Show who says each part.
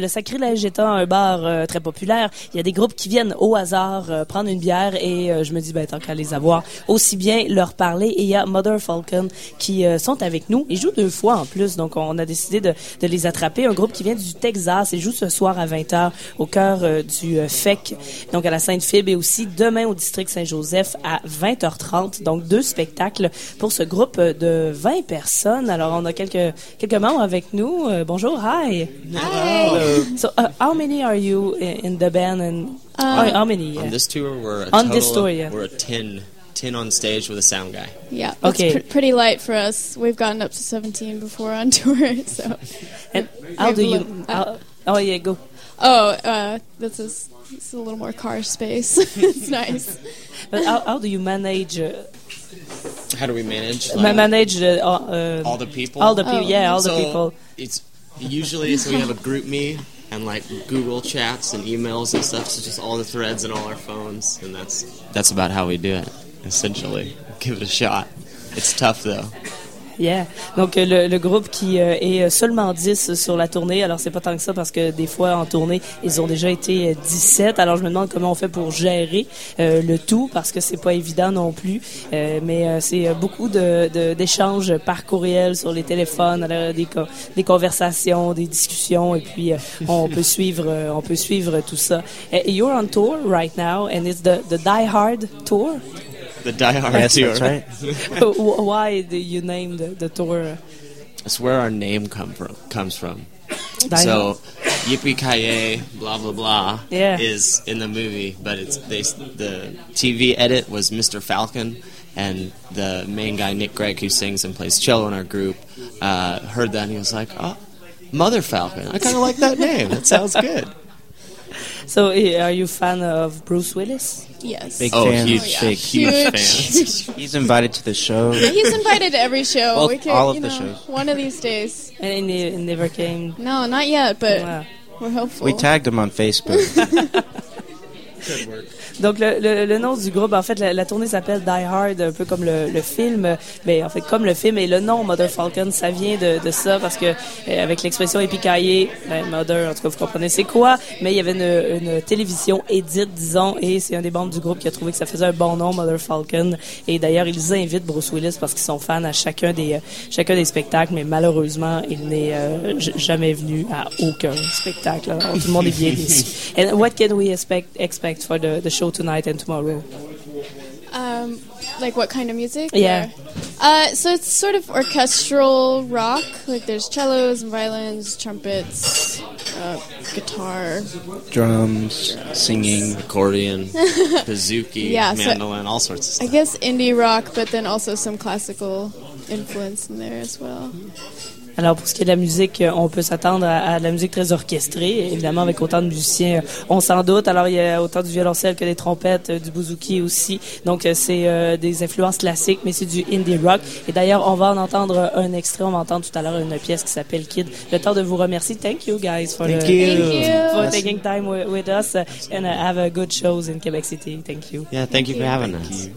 Speaker 1: Le Sacrilège étant un bar euh, très populaire, il y a des groupes qui viennent au hasard euh, prendre une bière et euh, je me dis, ben, tant qu'à les avoir, aussi bien leur parler. Et il y a Mother Falcon qui euh, sont avec nous. Ils jouent deux fois en plus, donc on a décidé de, de les attraper. Un groupe qui vient du Texas et joue ce soir à 20h au cœur euh, du euh, FEC, donc à la Sainte-Fibre et aussi demain au district Saint-Joseph à 20h30. Donc deux spectacles pour ce groupe euh, de 20 personnes. Alors on a quelques, quelques membres avec nous. Euh, bonjour, hi. So, uh, how many are you i- in the band? And oh, how many?
Speaker 2: On
Speaker 1: yeah.
Speaker 2: this tour, we're a
Speaker 1: On
Speaker 2: total
Speaker 1: this tour,
Speaker 2: of-
Speaker 1: yeah.
Speaker 2: we're a 10, 10 on stage with a sound guy.
Speaker 3: Yeah, that's
Speaker 1: Okay.
Speaker 3: pr- pretty light for us. We've gotten up to 17 before on tour, so.
Speaker 1: And how do
Speaker 3: We've
Speaker 1: you?
Speaker 3: lo-
Speaker 1: how- oh yeah, go.
Speaker 3: Oh, uh, this is it's a little more car space. it's nice.
Speaker 1: But how, how do you manage? Uh,
Speaker 2: How do we manage?
Speaker 1: ma-
Speaker 2: like,
Speaker 1: manage the, uh, uh,
Speaker 2: all the people.
Speaker 1: all the people. Yeah, all the
Speaker 2: So,
Speaker 1: people.
Speaker 2: It's usually so we have a group me and like Google chats and emails and stuff. So just all the threads and all our phones, and that's that's about how we do it. Essentially, give it a shot. It's tough though.
Speaker 1: Yeah. Donc euh, le, le groupe qui euh, est euh, seulement 10 sur la tournée, alors c'est pas tant que ça parce que des fois en tournée, ils ont déjà été euh, 17. Alors je me demande comment on fait pour gérer euh, le tout parce que c'est pas évident non plus. Euh, mais euh, c'est euh, beaucoup de- de- d'échanges par courriel sur les téléphones, alors, euh, des, co- des conversations, des discussions et puis euh, on peut suivre euh, on peut suivre tout ça. Eh, you're on tour right now and it's the the Die Hard tour.
Speaker 2: The Die Hard
Speaker 4: Yes,
Speaker 2: tour.
Speaker 4: that's right.
Speaker 1: Why do you name the, the tour?
Speaker 2: That's where our name come from. Comes from.
Speaker 1: Die Hard?
Speaker 2: So, Yippee Kaye, blah blah blah,
Speaker 1: Yeah.
Speaker 2: is in the movie, but it's they, the TV edit was Mr. Falcon, and the main guy Nick Gregg, who sings and plays cello in our group, uh, heard that and he was like, "Oh, Mother Falcon! I kind of like that name. That sounds good."
Speaker 1: So, eh, are you fan of Bruce Willis?
Speaker 3: Yes.
Speaker 4: Big
Speaker 2: Oh,
Speaker 4: fan.
Speaker 2: huge,
Speaker 3: yeah.
Speaker 4: Big.
Speaker 2: huge fan.
Speaker 4: He's invited to the show.
Speaker 3: He's invited to every show.
Speaker 4: Both-
Speaker 3: we could,
Speaker 4: all of
Speaker 3: you
Speaker 4: the
Speaker 3: know,
Speaker 4: shows.
Speaker 3: One of these days.
Speaker 1: And it ne- it never came.
Speaker 3: No, not yet, but
Speaker 1: Wow.
Speaker 3: we're hopeful.
Speaker 4: We tagged him on Facebook.
Speaker 1: Donc le, le, le nom du groupe, en fait, la, la tournée s'appelle Die Hard, un peu comme le, le film, euh, mais en fait comme le film et le nom Mother Falcon, ça vient de, de ça parce que euh, avec l'expression épicaillée, ben, Mother, en tout cas vous comprenez c'est quoi, mais il y avait une, une télévision édite disons et c'est un des membres du groupe qui a trouvé que ça faisait un bon nom Mother Falcon et d'ailleurs ils invitent Bruce Willis parce qu'ils sont fans à chacun des euh, chacun des spectacles, mais malheureusement il n'est euh, j- jamais venu à aucun spectacle. Alors, tout le monde est bien déçu. And what can we expect expect for the, the show tonight and tomorrow?
Speaker 3: Um, like what kind of music?
Speaker 1: Yeah.
Speaker 3: Or- Uh, so it's sort of orchestral rock. Like there's cellos and violins, trumpets, uh, guitar.
Speaker 4: Drums, singing.
Speaker 2: Accordion, bouzouki,
Speaker 3: Yeah, so-
Speaker 2: mandolin, all sorts of
Speaker 3: I
Speaker 2: stuff.
Speaker 3: guess indie rock, but then also some classical influence in there as well.
Speaker 1: Alors pour ce qui est de la musique, euh, on peut s'attendre à, à de la musique très orchestrée, évidemment avec autant de musiciens, euh, on s'en doute. Alors il y a autant du violoncelle que des trompettes, euh, du bouzouki aussi. Donc euh, c'est euh, des influences classiques, mais c'est du indie rock. Et d'ailleurs, on va en entendre euh, un extrait. On va entendre tout à l'heure une pièce qui s'appelle Kid. Le temps de vous remercier. Thank you guys for,
Speaker 4: Thank
Speaker 1: the-
Speaker 4: you.
Speaker 3: Thank
Speaker 1: for taking time wi- with us uh, and uh, have a good shows in Quebec City. Thank you.
Speaker 2: Yeah, thank you for having us.